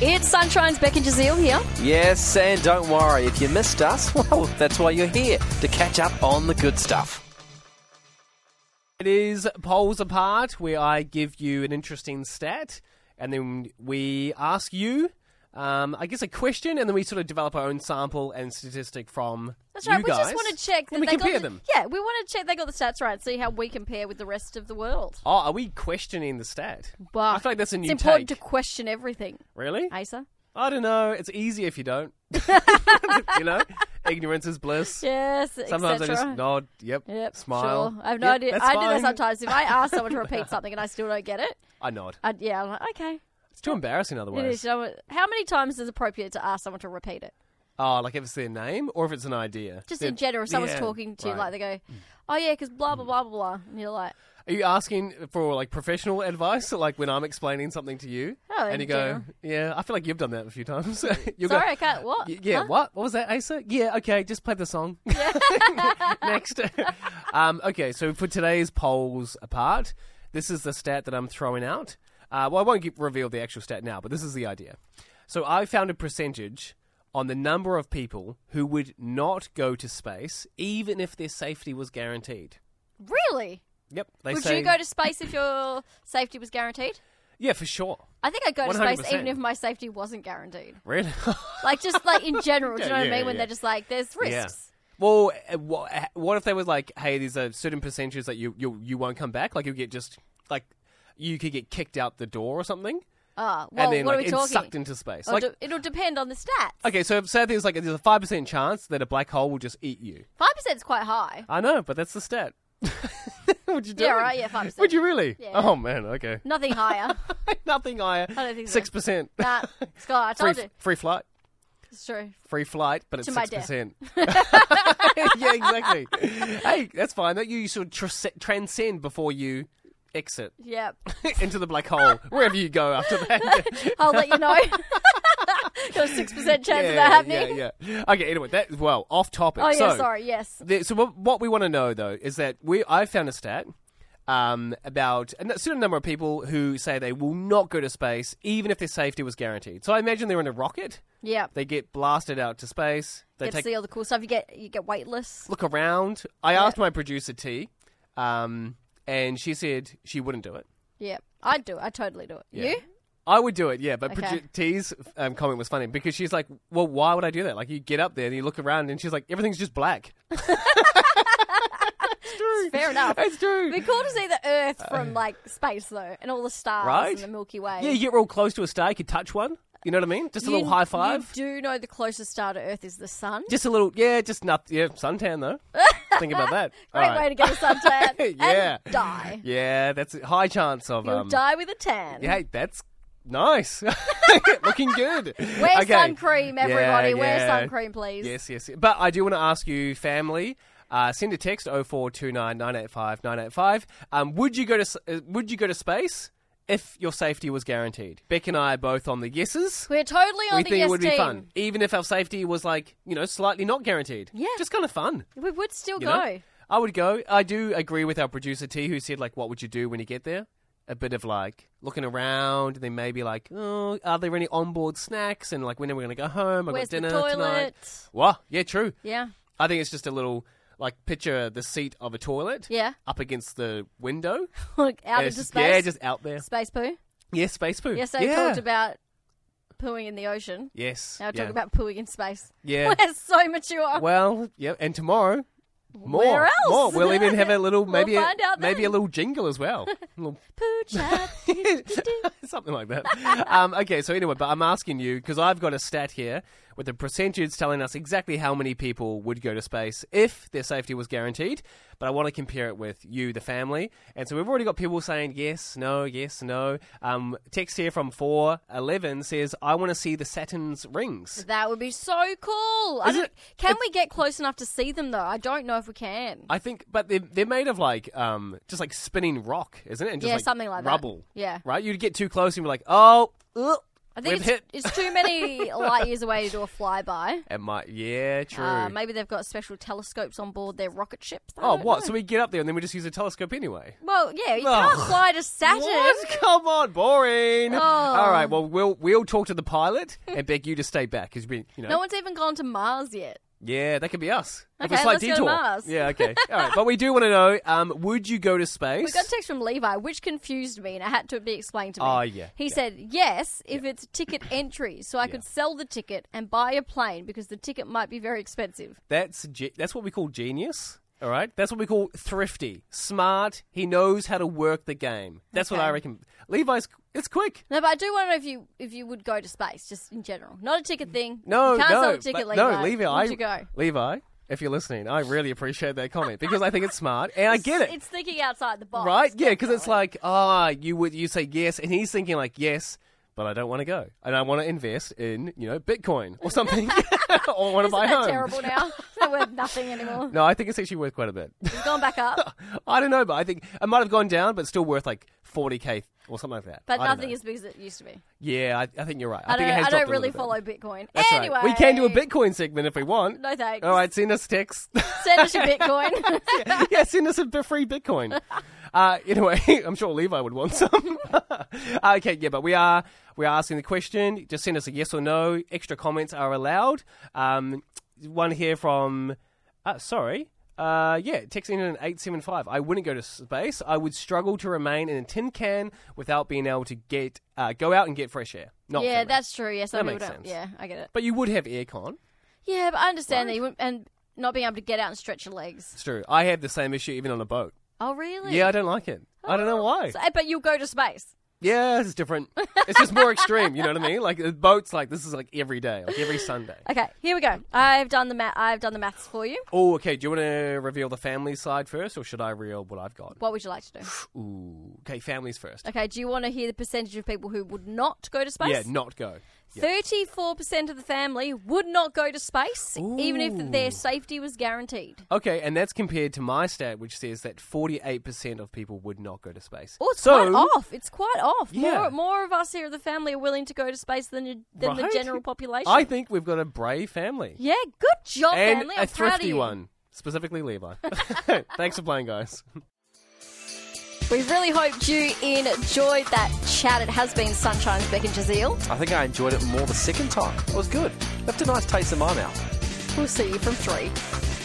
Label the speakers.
Speaker 1: It's Sunshine's Becky Jazeel here.
Speaker 2: Yes, and don't worry, if you missed us, well, that's why you're here, to catch up on the good stuff.
Speaker 3: It is Polls Apart, where I give you an interesting stat, and then we ask you, um, I guess, a question, and then we sort of develop our own sample and statistic from
Speaker 1: That's
Speaker 3: you
Speaker 1: right. We
Speaker 3: guys.
Speaker 1: just want to check that
Speaker 3: and we
Speaker 1: they
Speaker 3: compare
Speaker 1: got the-
Speaker 3: them.
Speaker 1: Yeah, we want to check they got the stats right, see how we compare with the rest of the world.
Speaker 3: Oh, are we questioning the stat?
Speaker 1: But
Speaker 3: I feel like that's a new
Speaker 1: It's important
Speaker 3: take.
Speaker 1: to question everything,
Speaker 3: Really?
Speaker 1: Asa.
Speaker 3: I don't know. It's easy if you don't. you know, ignorance is bliss.
Speaker 1: Yes,
Speaker 3: Sometimes I
Speaker 1: etc.
Speaker 3: just nod. Yep.
Speaker 1: Yep,
Speaker 3: Smile.
Speaker 1: Sure. I have no
Speaker 3: Yep,
Speaker 1: idea.
Speaker 3: that's
Speaker 1: I do
Speaker 3: fine.
Speaker 1: that sometimes. If I ask someone to repeat something and I still don't get it,
Speaker 3: I nod.
Speaker 1: I, yeah, I'm like, okay.
Speaker 3: It's too embarrassing
Speaker 1: It is.
Speaker 3: otherwise.
Speaker 1: You know, How many times is appropriate to ask someone to repeat it?
Speaker 3: Oh, like if it's their name or if it's an idea.
Speaker 1: Just
Speaker 3: Then-
Speaker 1: in general, if someone's
Speaker 3: yeah,
Speaker 1: talking to you,
Speaker 3: right. Mm.
Speaker 1: like they go, "Oh yeah, because blah blah blah blah blah," and you're like,
Speaker 3: Are you asking for like professional advice, like when I'm explaining something to you,
Speaker 1: Oh, in
Speaker 3: and you
Speaker 1: general.
Speaker 3: go, "Yeah, I feel like you've done that a few times." You'll
Speaker 1: "Sorry,
Speaker 3: go,
Speaker 1: I can't." What?
Speaker 3: "Y- Yeah,
Speaker 1: Huh?
Speaker 3: what? What was that, Asa? Yeah, okay, just play the song. Next, um, okay. So for today's polls apart, this is the stat that I'm throwing out. Uh, well, I won't give, reveal the actual stat now, but this is the idea. So I found a percentage on the number of people who would not go to space, even if their safety was guaranteed.
Speaker 1: Really?
Speaker 3: Yep, they
Speaker 1: Would
Speaker 3: say,
Speaker 1: you go to space if your safety was guaranteed?
Speaker 3: yeah, for sure.
Speaker 1: I think I'd go to space even
Speaker 3: 100%.
Speaker 1: if my safety wasn't guaranteed.
Speaker 3: Really?
Speaker 1: Like just like in general, do you know what I
Speaker 3: Yeah,
Speaker 1: mean? When
Speaker 3: yeah.
Speaker 1: they're just like, there's risks.
Speaker 3: well, uh, wha- uh, what if they was like, hey, there's a certain percentage that you you you won't come back. Like you get just like you could get kicked out the door or something,
Speaker 1: Ah, well,
Speaker 3: and then
Speaker 1: what
Speaker 3: like
Speaker 1: are we
Speaker 3: it's
Speaker 1: talking?
Speaker 3: sucked into space.
Speaker 1: Or
Speaker 3: like
Speaker 1: de- it'll depend on the stats.
Speaker 3: okay, so say there's like there's a five percent chance that a black hole will just eat you.
Speaker 1: Five percent is quite high.
Speaker 3: I know, but that's the stat. Would you do?
Speaker 1: Yeah, right. Yeah, five percent.
Speaker 3: Would you really?
Speaker 1: Yeah.
Speaker 3: Oh man, okay.
Speaker 1: Nothing higher.
Speaker 3: Nothing higher.
Speaker 1: don't think so.
Speaker 3: Six percent.
Speaker 1: nah, Scott, I
Speaker 3: Free,
Speaker 1: told you.
Speaker 3: f- free flight.
Speaker 1: It's true.
Speaker 3: free flight, but it's
Speaker 1: To my
Speaker 3: six percent. yeah, exactly. hey, that's fine. That you should tras- transcend before you exit
Speaker 1: Yep.
Speaker 3: into the black hole, wherever you go after that.
Speaker 1: I'll let you know. Got a six percent chance of that
Speaker 3: yeah,
Speaker 1: happening.
Speaker 3: yeah, yeah. Okay, anyway, that well off topic.
Speaker 1: Oh yeah,
Speaker 3: so,
Speaker 1: sorry. Yes.
Speaker 3: The, so what, what we want to know though is that we I found a stat um, about a n- certain number of people who say they will not go to space even if their safety was guaranteed. So I imagine they're in a rocket.
Speaker 1: Yeah.
Speaker 3: They get blasted out to space. They
Speaker 1: Get to
Speaker 3: take
Speaker 1: see all the cool stuff. You get you get weightless.
Speaker 3: look around. I asked my producer T, um, and she said she wouldn't do it.
Speaker 1: Yeah. I'd do it. I'd totally do it. You?
Speaker 3: I would do it, yeah. But
Speaker 1: Okay.
Speaker 3: produ- T's um, comment was funny because she's like, "Well, why would I do that? Like, you get up there and you look around, and she's like, everything's just black."
Speaker 1: Fair enough.
Speaker 3: That's true.
Speaker 1: It'd be cool to see the Earth from like space though, and all the stars
Speaker 3: Uh, Right?
Speaker 1: and the Milky Way.
Speaker 3: Yeah, you get real close to a star, you could touch one. You know what I mean? Just a little
Speaker 1: You-
Speaker 3: high five.
Speaker 1: You do know the closest star to Earth is the sun.
Speaker 3: Just a little, yeah, just nothing. Yeah, suntan though. Think about that. All
Speaker 1: Great
Speaker 3: right.
Speaker 1: way to get a suntan
Speaker 3: Yeah.
Speaker 1: and die.
Speaker 3: Yeah, that's a high chance of
Speaker 1: You'll
Speaker 3: um.
Speaker 1: die with a tan.
Speaker 3: Yeah, that's nice. Looking good.
Speaker 1: Wear
Speaker 3: Okay.
Speaker 1: sun cream, everybody.
Speaker 3: Yeah,
Speaker 1: Wear
Speaker 3: yeah.
Speaker 1: sun cream, please.
Speaker 3: Yes, yes. But I do want to ask you, family. Uh, send a text 0429 985 985. Um, would you go to s- uh, Would you go to space if your safety was guaranteed? Beck and I are both on the yeses.
Speaker 1: We're totally on
Speaker 3: we
Speaker 1: the
Speaker 3: think
Speaker 1: yes
Speaker 3: it would
Speaker 1: team.
Speaker 3: be fun, even if our safety was like you know slightly not guaranteed.
Speaker 1: Yeah.
Speaker 3: just kind of fun.
Speaker 1: We would still
Speaker 3: You
Speaker 1: go.
Speaker 3: know? I would go. I do agree with our producer T, who said like, "What would you do when you get there?" A bit of like looking around, and then maybe like, "Oh, are there any onboard snacks?" And like, when are we going to go home? I
Speaker 1: Where's
Speaker 3: got dinner
Speaker 1: the toilet?
Speaker 3: tonight. Wow, yeah, true.
Speaker 1: Yeah.
Speaker 3: I think it's just a little like picture the seat of a toilet.
Speaker 1: Yeah.
Speaker 3: Up against the window.
Speaker 1: Look out
Speaker 3: And it's
Speaker 1: into
Speaker 3: just-
Speaker 1: space.
Speaker 3: Yeah, just out there.
Speaker 1: space poo.
Speaker 3: Yeah, space poo.
Speaker 1: Yes, I
Speaker 3: yeah.
Speaker 1: talked about pooing in the ocean.
Speaker 3: Yes.
Speaker 1: Now we're
Speaker 3: yeah.
Speaker 1: talking about pooing in space.
Speaker 3: Yeah.
Speaker 1: We're so mature.
Speaker 3: well, yeah, and tomorrow more.
Speaker 1: Where else?
Speaker 3: More. We'll even have a little
Speaker 1: We'll
Speaker 3: maybe a,
Speaker 1: find out
Speaker 3: maybe
Speaker 1: then.
Speaker 3: a little jingle as well. A little-
Speaker 1: Poo chat.
Speaker 3: Something like that. um, okay, so anyway, but I'm asking you because I've got a stat here with the percentage telling us exactly how many people would go to space if their safety was guaranteed. But I want to compare it with you, the family. And so we've already got people saying yes, no, yes, no. Um, text here from 411 says, I want to see the Saturn's rings.
Speaker 1: That would be so cool. I
Speaker 3: Is
Speaker 1: don't-
Speaker 3: it-
Speaker 1: can we get close enough to see them though? I don't know if we can.
Speaker 3: I think, but they're, they're made of like, um, just like spinning rock, isn't it? And just
Speaker 1: Yeah, something like that.
Speaker 3: rubble.
Speaker 1: Yeah.
Speaker 3: Right? You'd get too close and be like, oh, ugh,
Speaker 1: I
Speaker 3: We've
Speaker 1: think it's,
Speaker 3: hit-
Speaker 1: it's too many light years away to do a flyby.
Speaker 3: It might, yeah, true.
Speaker 1: Uh, maybe they've got special telescopes on board their rocket ships. I
Speaker 3: oh,
Speaker 1: don't
Speaker 3: what?
Speaker 1: know.
Speaker 3: So we get up there and then we just use a telescope anyway.
Speaker 1: well, yeah, you
Speaker 3: Ugh.
Speaker 1: can't fly to Saturn.
Speaker 3: Oh, What? Come on, boring.
Speaker 1: Oh.
Speaker 3: All right, well, we'll we'll talk to the pilot and beg you to stay back because we, you know,
Speaker 1: No one's even gone to Mars yet.
Speaker 3: yeah, that could be us. Have a
Speaker 1: Okay,
Speaker 3: slight
Speaker 1: let's go to
Speaker 3: detour.
Speaker 1: Mars.
Speaker 3: Yeah, okay, all right, but we do want to know: um, Would you go to
Speaker 1: We
Speaker 3: space?
Speaker 1: got a text from Levi, which confused me, and it had to be explained to me.
Speaker 3: Oh, yeah,
Speaker 1: He
Speaker 3: yeah.
Speaker 1: said, yes, if it's ticket entry, so I could sell the ticket and buy a plane because the ticket might be very expensive.
Speaker 3: That's ge- that's what we call genius. All right, that's what we call thrifty, smart. He knows how to work the game. That's what
Speaker 1: Okay.
Speaker 3: I reckon. Levi's, it's quick.
Speaker 1: No, but I do want to know if you if you would go to space, just in general. Not a ticket thing.
Speaker 3: No,
Speaker 1: you can't
Speaker 3: no,
Speaker 1: sell a ticket,
Speaker 3: but-
Speaker 1: Levi.
Speaker 3: no, Levi.
Speaker 1: Would
Speaker 3: I,
Speaker 1: you go?
Speaker 3: Levi, if you're listening, I really appreciate that comment because I think it's smart and I get it.
Speaker 1: It's thinking outside the box.
Speaker 3: right? Yeah, because it's like, ah, you would you say yes, and he's thinking like yes, but I don't want to go, and I want to invest in you know Bitcoin or something, or want to
Speaker 1: Isn't
Speaker 3: buy a
Speaker 1: that
Speaker 3: home.
Speaker 1: terrible now? It's not worth nothing anymore.
Speaker 3: No, I think it's actually worth quite a bit.
Speaker 1: It's gone back up,
Speaker 3: I don't know, but I think it might have gone down, but it's still worth like forty k or something like that.
Speaker 1: but
Speaker 3: I don't
Speaker 1: nothing
Speaker 3: know.
Speaker 1: as big as it used to be.
Speaker 3: Yeah, I, I think you're right. I,
Speaker 1: I don't,
Speaker 3: think it has
Speaker 1: I
Speaker 3: dropped
Speaker 1: don't
Speaker 3: a
Speaker 1: really
Speaker 3: little bit.
Speaker 1: follow Bitcoin.
Speaker 3: That's
Speaker 1: anyway,
Speaker 3: right. We can do a Bitcoin segment if we want.
Speaker 1: No thanks.
Speaker 3: All right, send us text.
Speaker 1: Send us your Bitcoin.
Speaker 3: yeah, send us a bit free Bitcoin. Uh, anyway, I'm sure Levi would want some. Uh, okay, yeah, but we are we are asking the question. Just send us a yes or no. Extra comments are allowed. Um, one here from, uh, sorry. Uh, yeah, texting in an 875. I wouldn't go to space. I would struggle to remain in a tin can without being able to get uh, go out and get fresh air. Not for
Speaker 1: yeah,
Speaker 3: me.
Speaker 1: that's true. Yeah, some
Speaker 3: That
Speaker 1: people
Speaker 3: makes
Speaker 1: don't.
Speaker 3: sense.
Speaker 1: Yeah, I get it.
Speaker 3: But you would have aircon.
Speaker 1: Yeah, but I understand that you wouldn't, and not being able to get out and stretch your legs.
Speaker 3: It's true. I have the same issue even on a boat.
Speaker 1: Oh, really?
Speaker 3: Yeah, I don't like it. I don't know why.
Speaker 1: So- eh, but you'll go to space.
Speaker 3: Yeah, it's different. It's just more extreme. You know what I mean? Like the boats, like this is like every day, like every Sunday.
Speaker 1: Okay, here we go. I've done the ma- I've done the maths for you.
Speaker 3: Oh, okay. Do you want to reveal the family side first, or should I reveal what I've got?
Speaker 1: What would you like to do?
Speaker 3: Ooh, okay. Families first.
Speaker 1: Okay, do you want to hear the percentage of people who would not go to space?
Speaker 3: Yeah, not go.
Speaker 1: Thirty-four percent of the family would not go to space, even if
Speaker 3: Ooh.
Speaker 1: their safety was guaranteed.
Speaker 3: Okay, and that's compared to my stat, which says that forty-eight percent of people would not go to space.
Speaker 1: Oh, it's
Speaker 3: so,
Speaker 1: quite off. It's quite off.
Speaker 3: Yeah.
Speaker 1: More, more of us here at the family are willing to go to space than than the
Speaker 3: Right?
Speaker 1: general population.
Speaker 3: I think we've got a brave family
Speaker 1: yeah, good job,
Speaker 3: and
Speaker 1: family.
Speaker 3: a
Speaker 1: I'm proud of
Speaker 3: thrifty
Speaker 1: you.
Speaker 3: one, specifically Levi. Thanks for playing, guys.
Speaker 1: We really hoped you enjoyed that chat. It has been Sunshine's Beck and Jazeel.
Speaker 2: I think I enjoyed it more the second time. It was good. Left a nice taste in my mouth.
Speaker 1: We'll see you from three.